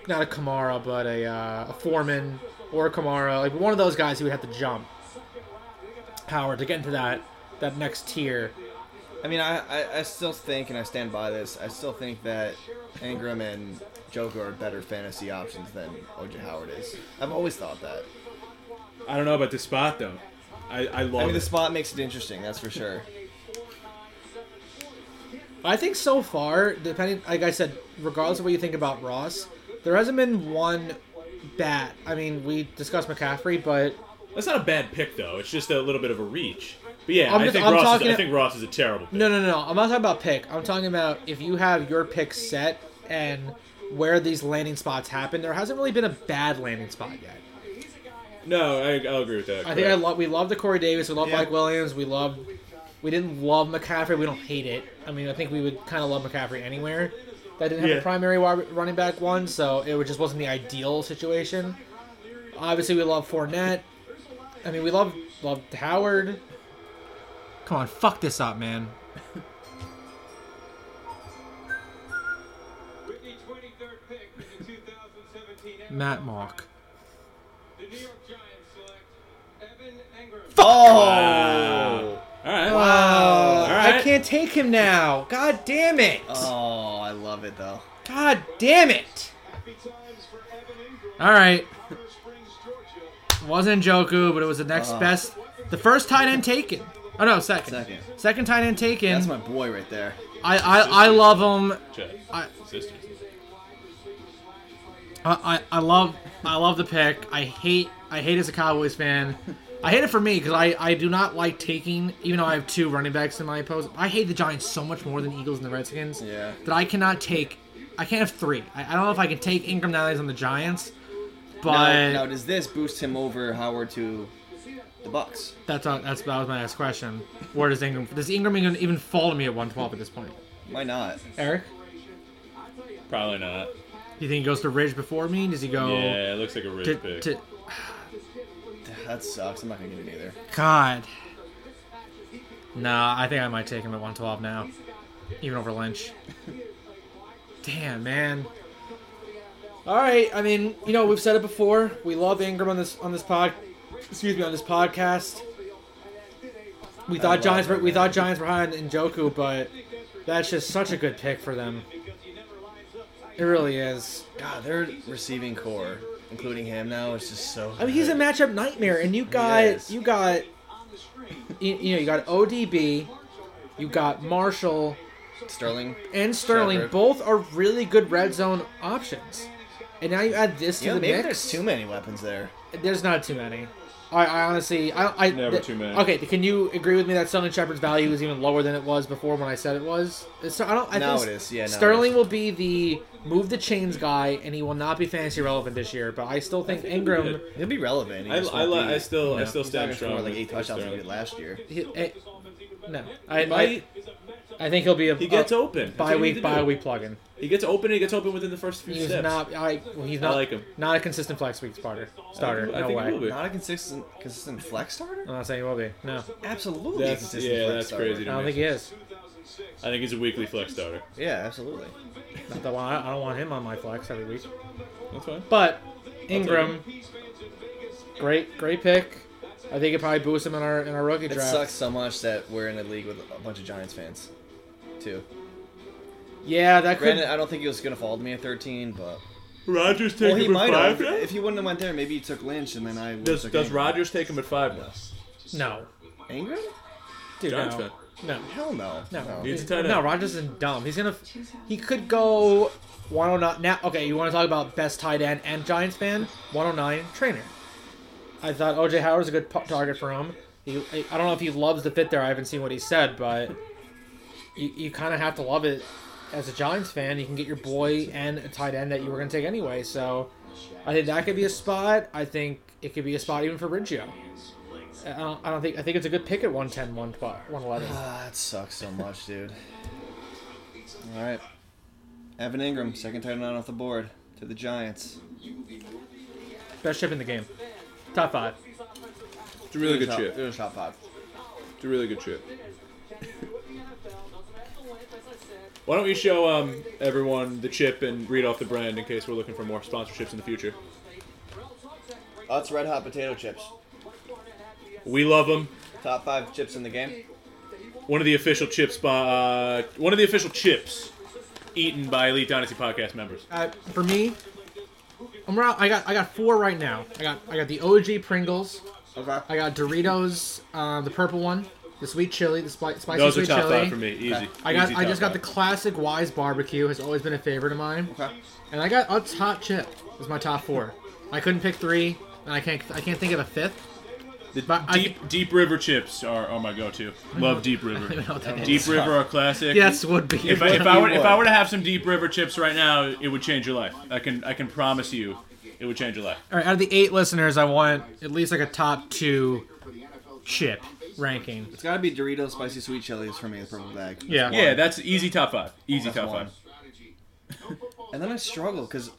not a Kamara but a uh, a Foreman or a Kamara, like one of those guys who would have to jump Howard to get into that that next tier.
I mean, I, I, I still think, and I stand by this. I still think that Ingram and Joker are better fantasy options than OJ Howard is. I've always thought that.
I don't know about the spot though. I, I love
I mean, the
it.
spot makes it interesting. That's for sure.
I think so far, depending, like I said, regardless of what you think about Ross, there hasn't been one bat. I mean, we discussed McCaffrey, but
That's not a bad pick though. It's just a little bit of a reach. But yeah,
I'm
i
just-
think
I'm
Ross.
talking-
Is, I think Ross is a terrible. Pick.
no, no, no, no. I'm not talking about pick. I'm talking about if you have your pick set and where these landing spots happen. There hasn't really been a bad landing spot yet.
No, I, I'll agree with that.
I think I
correct.
love. We love the Corey Davis. We love
Yeah.
Mike Williams. We love. We didn't love McCaffrey. We don't hate it. I mean, I think we would kind of love McCaffrey anywhere. That didn't have a
Yeah.
primary wi- running back one, so it would- just wasn't the ideal situation. Obviously, we love Fournette. I mean, we love love Howard. Come on, fuck this up, man.
With the 23rd pick in the 2017
Matt Mock.
the New York Giants select Evan Engram.
Oh.
All right.
Wow. I
right.
can't take him now. God damn it.
Oh, I love it though.
God damn it.
Happy times for Evan Engram,
All right.
Silver Springs, Georgia.
Wasn't Joku, but it was the next
Uh.
best. The first tight end taken. Oh no, second.
Second.
Second tight end taken.
That's my boy right there.
I, I I love him.
Check.
I,
Sisters.
I I love I love the pick. I hate I hate as a Cowboys fan. I hate it for me because I, I do not like taking even though I have two running backs in my post. I hate the Giants so much more than the Eagles and the Redskins.
Yeah.
That I cannot take. I can't have three. I, I don't know if I can take Ingram now that he's on the Giants, but
Now, now, does this boost him over Howard to the Bucks?
that's all, that's that was my next question. Where does Ingram does Ingram even, even fall to me at 112 at this point?
Why not?
Eric,
Probably not.
you think he goes to Ridge before me? Does he go
Yeah, it looks like a rich
to,
pick.
to
That sucks. I'm not gonna get it either.
God. Nah, I think I might take him at 112 now, even over Lynch. Damn, man. All right, I mean, you know, we've said it before. We love Ingram on this on this pod, excuse me, on this podcast. We thought
love
Giants were
it,
we
man.
thought Giants were high on Njoku, but that's just such a good pick for them. It really is.
God, their receiving core, including him now, is just so.
I mean, he's a
good.
matchup nightmare, and you got
is.
you got you, you know you got ODB, you got Marshall
Sterling.
and Sterling.
Shepard.
Both are really good red zone options, and now you add this to
Yeah,
the
maybe
mix.
there's too many weapons there.
There's not too many. I, I honestly, I, I
Never
th-
too many.
Okay, can you agree with me that Sterling Shepard's value is even lower than it was before when I said it was? So I don't. I
Now
think
it is, yeah, now it
Sterling
is.
will be the move the chains guy, and he will not be fantasy relevant this year. But I still think, Ingram.
He'll be relevant. He
I,
just
I,
won't
li-
be-
I still, I
No.
still
he's not
stand
gonna score
strong.
like
with-
eight
with
touchdowns like he
Sterling.
did last year.
he- eh, no, I, I
Might-
I think he'll be a
He gets
a
open. That's
bye
what you need
week
to
bye
do.
week plug-in.
He gets open. and He gets open within the first few
He's
steps.
not. I well, he's
I
not
like him.
not a consistent flex week starter. Starter,
I
no
think
way.
he will be.
Not a consistent, consistent flex starter.
I'm not saying he will be. No,
Absolutely,
That's-
consistent
yeah,
flex
that's
starter.
crazy
I don't think he is.
I think he's a weekly flex starter.
Yeah, absolutely.
Not that one. I don't want him on my flex every week.
That's fine.
But Ingram, great, great pick. I think it probably boosts him in our in our rookie
It
draft.
sucks so much that we're in a league with a bunch of Giants fans, too.
Yeah, that could.
Granted, I don't think he was gonna fall to me at 13, but
Rogers take
well, he
him at
might have.
five now.
If he wouldn't have went there, maybe he took Lynch, and then I would've
Does
took
Does
Ingram.
Rogers take him at five now?
no,
Ingram?
dude,
Giants
no,
fan.
no,
Hell no.
no,
He's a tight end.
no. Rogers is dumb. He's gonna. He could go 109. Now, okay, you want to talk about best tight end and Giants fan? 109 trainer. I thought OJ Howard's a good p- target for him. He, I I don't know if he loves the fit there. I haven't seen what he said, but you, you kind of have to love it as a Giants fan. You can get your boy and a tight end that you were going to take anyway. So I think that could be a spot. I think it could be a spot even for Riggio. I don't, I don't think I think it's a good pick at 110, 111.
Ah, that sucks so much, dude. All right, Evan Ingram, second tight end off the board to the Giants.
Best chip in the game. Top five.
It's a really good
Top-
chip.
they're the Top uh, five.
It's a really good chip. Why don't we show um, everyone the chip and read off the brand in case we're looking for more sponsorships in the future?
That's Red Hot Potato Chips.
We love them.
Top five chips in the game.
One of the official chips by uh, one of the official chips eaten by Elite Dynasty podcast members.
Uh, for me, I'm around, I got I got four right now. I got I got the OG Pringles.
Okay.
I got Doritos, uh, the purple one, the sweet chili, the spi- spicy
Those are
sweet
top
chili.
five for me. Easy.
Okay.
I got
Easy
I
top
just got the
five.
classic Wise barbecue. Has always been a favorite of mine.
Okay.
And I got Utz hot chip. Was my top four. I couldn't pick three, and I can't I can't think of a fifth. but I-
deep Deep River chips are, are my go-to. Love Deep River.
I don't think it
Deep River are classic.
Yes, would be.
If I, if I were if I were to have some Deep River chips right now, it would change your life. I can I can promise you, it would change your life.
All right, out of the eight listeners, I want at least like a top two chip ranking.
It's gotta be Doritos spicy sweet chilies for me, the purple bag.
Yeah.
Yeah, that's easy top five. Easy
That's
top
one.
five.
And then I struggle because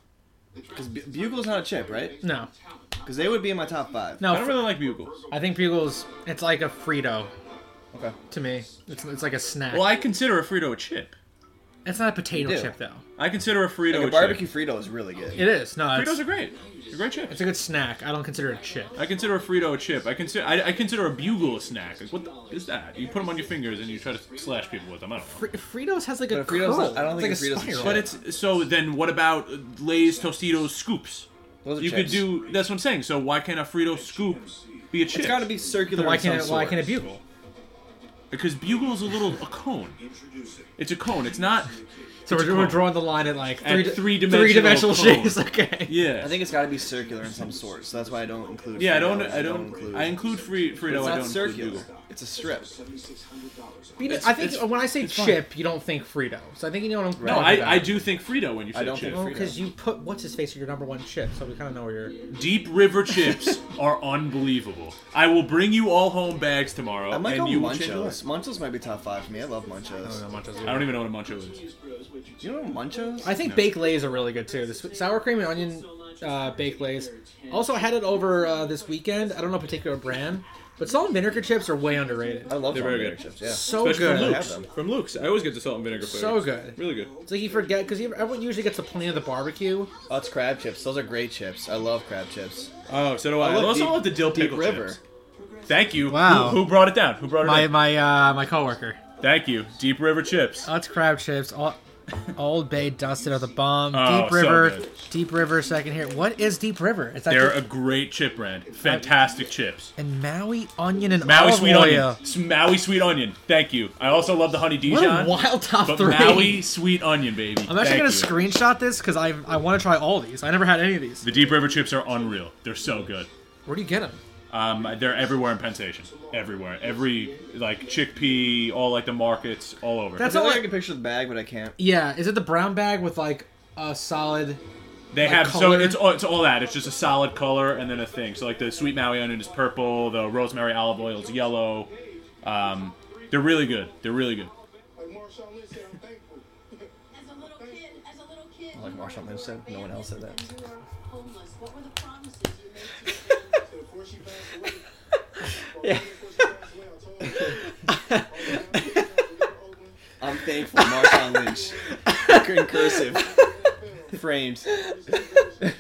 because Bugle's not a chip, right?
No.
Because they would be in my top five.
No.
I don't really like bugles.
I think Bugles, it's like a Frito
Okay.
to me. It's, it's like a snack.
Well, I consider a Frito a chip.
It's not a potato
You do.
chip though.
I consider a Frito
Like a
a
barbecue
chip.
Frito is really good.
It is. No, it's,
Fritos are great. They're great chips.
it's a good snack. I don't consider it a chip.
I consider a Frito a chip. I consider I, I consider a bugle a snack. Like, what the, is that? You put them on your fingers and you try to slash people with them. I don't know.
Fr- Fritos has like a
But Fritos-
curl.
I don't
It's
think
like
Fritos
spiral.
is a chip.
But it's so. Then what about Lay's Tostitos scoops?
Those are
You could
chips.
do. That's what I'm saying. So why can't a Frito scoop be a chip?
It's gotta be circular.
Why
of some
can't it, why
sort.
can't it bugle?
Because bugle's a little a cone. It's a cone. It's not.
So
It's
we're, we're
cone.
drawing the line at like
At
three
three-dimensional
three-dimensional
cone.
shapes. Okay.
Yeah.
I think it's gotta be circular in some sort. So that's why I don't include.
yeah. I
Fritos,
don't. I don't. I include free
But
Frito.
it's
I
not
don't include Oh,
circular.
bugle.
It's a strip.
But you know, I think
it's-
when I say
fine.
chip, you don't think Frito. So I think you know what I'm talking
No, I,
about.
I do think Frito when you say
don't
chip.
think Frito.
Because you put what's his face for your number one chip, so we kind of know where you're.
Deep River chips are unbelievable. I will bring you all home bags tomorrow,
I might
and
go
you will change your
Munchos. Munchos might be top five for me. I love Munchos.
life. I don't even know what a muncho is.
Do you know what Munchos?
I think baked lays are really good too. The sw- sour cream and onion uh, baked lays. Also, I had it over uh, this weekend. I don't know a particular brand, but salt and vinegar chips are way underrated.
I love
They're
salt
very
and vinegar
good.
chips. Yeah.
So
Especially from
good.
Luke's.
I have them.
From Luke's, I always get the salt and vinegar flavor.
So good.
Really good.
It's like you forget because everyone usually gets the point of the barbecue.
Oh, it's crab chips. Those are great chips. I love crab chips.
Oh, so do I. I,
love
also
Deep-
love the dill
Deep
pickle
River.
chips. Thank you.
Wow.
Who, who brought it down? Who brought it up?
my uh, my coworker.
Thank you. Deep River chips.
That's crab chips. All, Old Bay dusted are the bomb.
Oh,
Deep
so
River,
good.
Deep River second here. What is Deep River? It's
They're
actually
a great chip brand. Fantastic chips.
and Maui onion and
Maui
olive
sweet
oil.
onion. S- Maui sweet onion. Thank you. I also love the honey
What
Dijon.
a wild top
but
three.
Maui sweet onion, baby.
I'm
Thank
actually gonna
you.
screenshot this because I I want to try all these. I never had any of these.
The Deep River chips are unreal. They're so good.
Where do you get them?
Um, they're everywhere in Penn Station. Everywhere. Every, like, chickpea, all, like, the markets, all over.
That's
I feel
all
like I
I-
can picture the bag, but I can't.
Yeah, is it the brown bag with like a solid?
They
Like
have
color?
so it's all, it's all that. It's just a solid color and then a thing. So like the sweet Maui onion is purple, the rosemary olive oil is yellow. Um, they're really good. They're really good.
Like Marshawn Lynch said, I'm thankful.
As a little kid, as a little kid,
Like Marshawn Lynch said, no one else said that.
you were homeless. What were the promises you made to your
So before she passed away, yeah. before she passed away, I told her, "Oh, man, I'm from Oakland.
I'm thankful, Marshawn Lynch. In cursive. Frames.
Bulls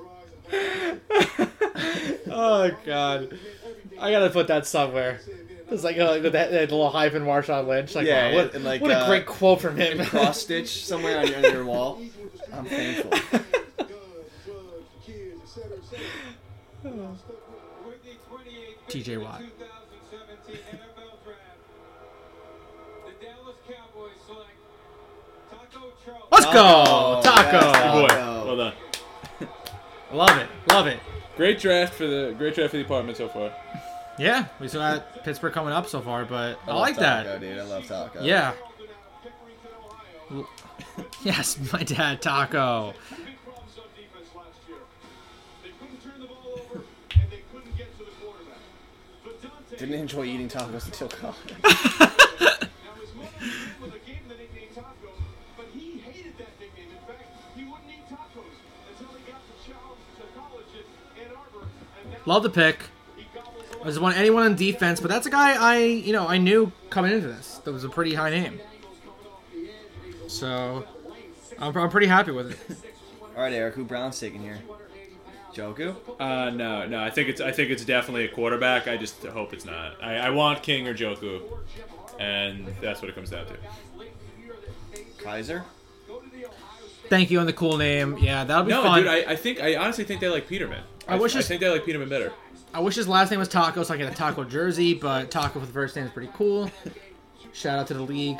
rise and fall."
Oh god, I gotta put that somewhere. It's like uh, that, that little hype in Marshawn Lynch. Like,
Yeah,
wow, what,
and like,
what a
uh,
great quote from him.
Cross stitch somewhere on your, on your wall. I'm thankful.
Guns, drugs, kids, et cetera, et cetera. I'm stuck with it.
Whitney 28th pick
TJ
in the
Watt.
2017 NFL Draft. The Dallas Cowboys select Taco Charles.
Let's go,
Taco. Yes.
Taco.
Boy,
no.
well done.
Love it, love it.
Great draft for the great draft for the apartment so far.
Yeah, we still got Pittsburgh coming up so far, but I
love
like
Oh, Taco,
that.
dude. I love taco.
Yeah.
Open out of Pickerington, Ohio.
Yes, my dad, Taco.
Big problems on defense last year. They couldn't turn the ball over, and they couldn't get to the quarterback. But Dante,
Didn't enjoy eating tacos until college.
now his mother came up with a game the nickname Taco, but he hated that nickname. In fact, he wouldn't eat tacos until he got to Chow to college in Ann Arbor, and now
Love the pick.
he gobbles them
I
up.
just want anyone on defense, but that's a guy I, you know, I knew coming into this. That was a pretty high name. So, I'm, I'm pretty happy with it.
All right, Eric, who Brown's taking here? Joku?
Uh, no, no. I think it's I think it's definitely a quarterback. I just hope it's not. I, I want King or Joku, and that's what it comes down to.
Kaiser?
Thank you on the cool name. Yeah, that'll be
No,
fun.
dude. I, I think I honestly think they like Peterman.
I wish
I
this-
think they like Peterman better.
I wish his last name was Taco, so I get a taco jersey. But Taco with the first name is pretty cool. Shout out to the league,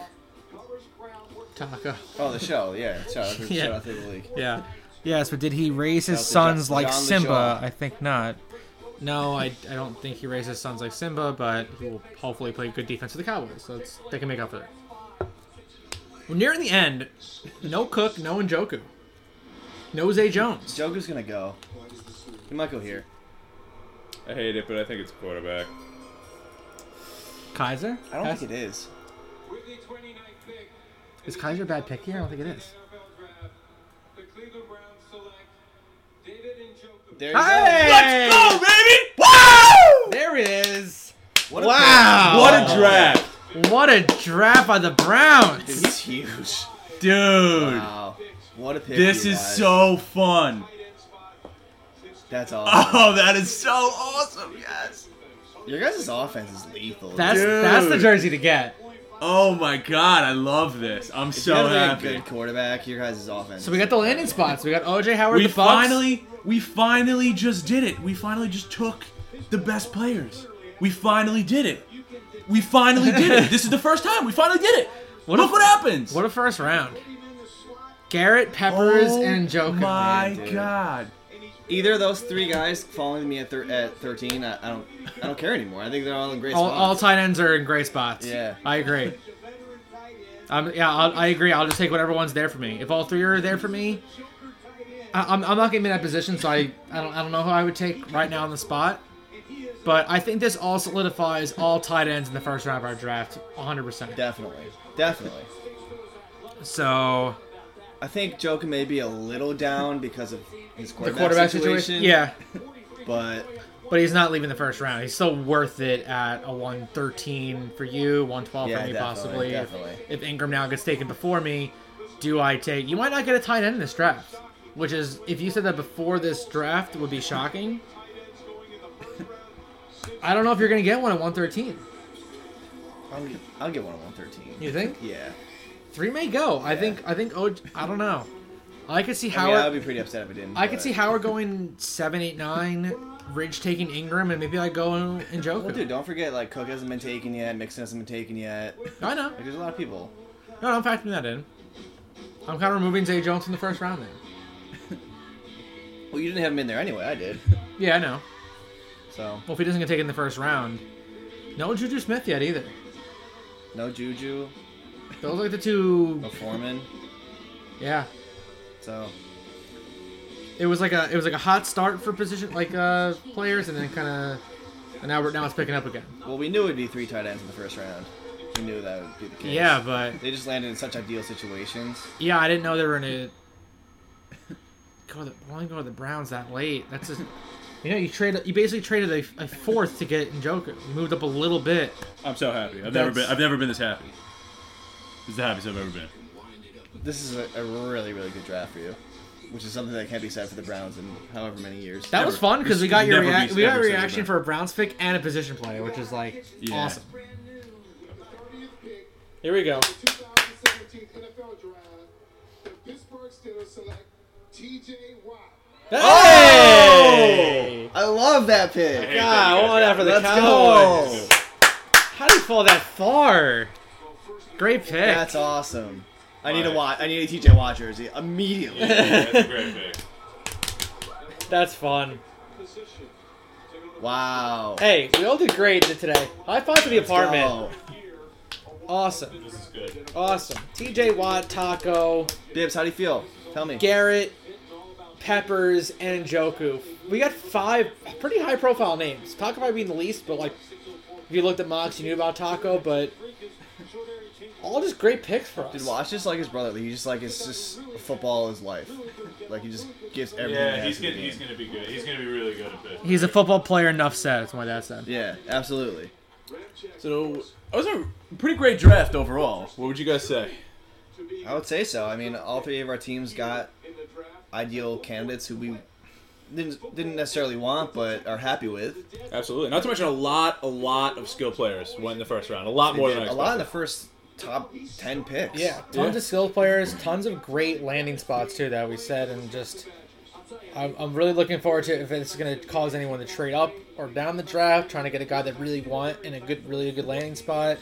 Taco.
Oh, the show, yeah. Shout out,
Yeah.
shout out to the league.
Yeah. Yes, but did he raise his
Shout out to
sons
John-
like
John
Simba?
LeJoie.
I think not. No, I, I don't think he raised his sons like Simba, but he will hopefully play good defense for the Cowboys. So it's, they can make up for it. We're nearing the end. No Cook, no Njoku. No Zay Jones.
Joku's gonna go. He might go here.
I hate it, but I think it's quarterback.
Kaiser?
I don't think it is.
Whitney 29th pick
Is Kaiser a bad pick here? I don't think it is.
NFL Draft. The Cleveland Browns select David Njoku.
There you
Hey!
Let's go, baby!
There it is.
go. What
Wow.
What a draft,
What a draft by the
pick.
Browns.
He's huge.
dude.
Wow. What a pick.
This
you
is
guys.
so fun.
That's awesome.
Oh, that is so awesome. Yes.
Your guys' offense is lethal.
That's
Dude.
that's the jersey to get.
Oh my god, I love this. I'm
If
so
you have, like,
happy.
a good quarterback. Your guys' offense.
So we got the landing spots. We got OJ Howard.
we
the Bucks.
finally we finally just did it. We finally just took the best players. We finally did it. We finally did it. This is the first time we finally did it.
What
Look
a-
what happens.
What a first round. Garrett, Peppers,
Oh
and Joker.
My
dude.
god.
Either of those three guys following me at, thir- at 13, I, I don't, I don't care anymore. I think they're all in great
All,
spots.
all tight ends are in great spots.
Yeah.
I agree. I'm, yeah, I'll, I agree. I'll just take whatever one's there for me. If all three are there for me, I, I'm, I'm not getting in that position, so I, I don't I don't know who I would take right now on the spot. But I think this all solidifies all tight ends in the first round of our draft, 100%.
Definitely, definitely.
So
I think Joker may be a little down because of his
the
quarterback,
quarterback
situation.
situation, yeah.
but
But he's not leaving the first round. He's still worth it at a 113 for you, 112
Yeah,
for me,
definitely,
possibly. If-
definitely.
If, Ingram now gets taken before me, do I take. You might not get a tight end in this draft, which is, if you said that before this draft, would be shocking. I don't know if you're going to get one at 113.
I'll get, I'll get one on 113.
You think?
Yeah.
Three may go. I think, I think, oh, I don't know. I could see
I mean, I
Howard.
would be pretty upset if I didn't.
I could
but-
see Howard going seven, eight, nine. Ridge taking Ingram, and maybe I go and Joker.
Well, dude, don't forget, like, Cook hasn't been taken yet, Mixon hasn't been taken yet. Like,
I know.
there's a lot of people.
No, no, I'm factoring that in. I'm kind of removing Zay Jones in the first round then.
Well, you didn't have him in there anyway, I did.
Yeah, I know.
So
Well, if he doesn't get taken in the first round, no Juju Smith yet either.
no Juju,
Those are like the two.
no Foreman.
Yeah,
So
it was like a it was like a hot start for position like uh players, and then kind of, and now we're now it's picking up again.
well, we knew it'd be three tight ends in the first round. We knew that would be the case.
Yeah, but
They just landed in such ideal situations.
yeah, I didn't know they were gonna go the only go to the Browns that late. That's just you know you trade you basically traded a, a fourth to get Njoku. You moved up a little bit.
I'm so happy. I've never been.
That's-
I've never been this happy. This is the happiest I've ever been.
This is a, a really, really good draft for you, which is something that can't be said for the Browns in however many years.
That was fun because we got your
Never
rea-
beats
we got
ever
a
said it,
reaction
man.
for a Browns pick and a position player, which is like
Yeah.
awesome. Here we go.
2017 NFL Draft, the Pittsburgh Steelers select T.J. Watt.
Hey!
I love that pick.
God, I want that for the
Let's
Cowboys.
go.
How do you fall that far? Great pick.
That's awesome. I need a
Why?
watch. I need a TJ Watt jersey immediately.
That's a great pick.
That's fun.
Position.
wow.
Hey, we all did great today. High five to the apartment.
Oh,
Awesome.
This is good.
Awesome. TJ Watt, Taco,
Bibbs, how do you feel? Tell me.
Garrett, Peppers, and Joku. We got five pretty high profile names. Taco might be in the least, but like if you looked at Mox, you knew about Taco, but all just great picks for us.
Dude, Watt's just like his brother. Like, he just like it's just football is life. Like he just gives everything. he
Yeah,
has
he's
to the
gonna he's
game.
gonna be good. He's gonna be really good at this.
He's a football player, enough said. That's my dad said.
Yeah, absolutely.
So that was a pretty great draft overall. What would you guys say?
I would say so. I mean, all three of our teams got ideal candidates who we didn't didn't necessarily want, but are happy with.
Absolutely. Not to mention a lot, a lot of skill players went in the first round. A lot more than I
a lot in the
expected.
first top ten picks.
Yeah, tons
Yeah.
of skilled players, tons of great landing spots too that we said, and just I'm, I'm really looking forward to if it's going to cause anyone to trade up or down the draft, trying to get a guy that really want in a good, really good landing spot.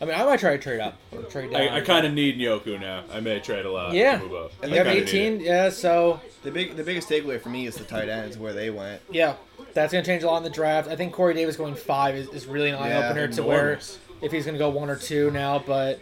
I mean, I might try to trade up or trade down.
I, I kind of need Nyoku now. I may trade a lot.
Yeah.
To move up.
You have
I kinda need
18,
it.
yeah. So
The big the biggest takeaway for me is the tight ends where they went.
yeah, that's going to change a lot in the draft. I think Corey Davis going five is, is really an eye
Yeah,
opener to where
enormous.
if he's going to go one or two now, but.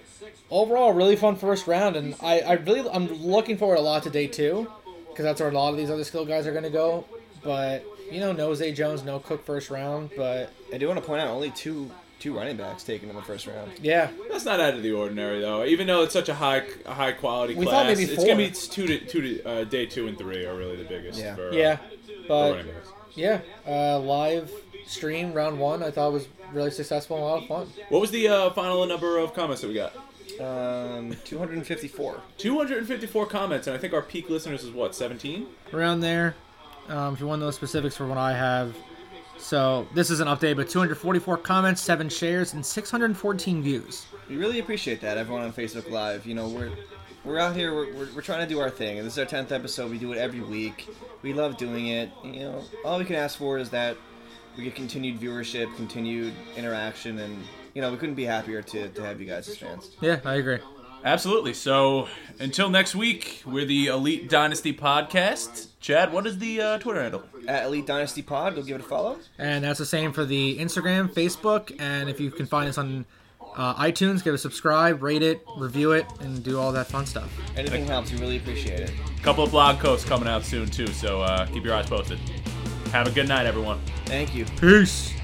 Overall, really fun first round, and I, I really I'm looking forward a lot to day two. because that's where a lot of these other skill guys are going to go. But you know, no Zay Jones, no Cook first round. But
I do want to point out only two two running backs taken in the first round.
yeah,
That's not out of the ordinary though. Even though it's such a high, a high quality
We thought
class,
maybe
it's gonna
four.
be two to two to uh, day two and three are really the biggest.
Yeah.
For, uh,
yeah,
for
but
running backs.
yeah, uh, live stream round one I thought was really successful and a lot of fun.
What was the uh, final number of comments that we got?
Um, 254.
254 comments, and I think our peak listeners is what 17.
Around there, um, if you want those specifics for what I have. So this is an update, but 244 comments, seven shares, and 614 views.
We really appreciate that, everyone on Facebook Live. You know, we're we're out here, we're, we're, we're trying to do our thing. and This is our 10th episode. We do it every week. We love doing it. You know, all we can ask for is that we get continued viewership, continued interaction, and, you know, we couldn't be happier to, to have you guys as fans.
Yeah, I agree.
Absolutely. So until next week, we're the Elite Dynasty podcast. Chad, what is the uh, Twitter handle?
At Elite Dynasty Pod, go give it a follow.
And that's the same for the Instagram, Facebook, and if you can find us on uh, iTunes, give a subscribe, rate it, review it, and do all that fun stuff.
Anything helps. We really appreciate it.
A couple of blog posts coming out soon too, so uh, keep your eyes posted. Have a good night, everyone.
Thank you.
Peace.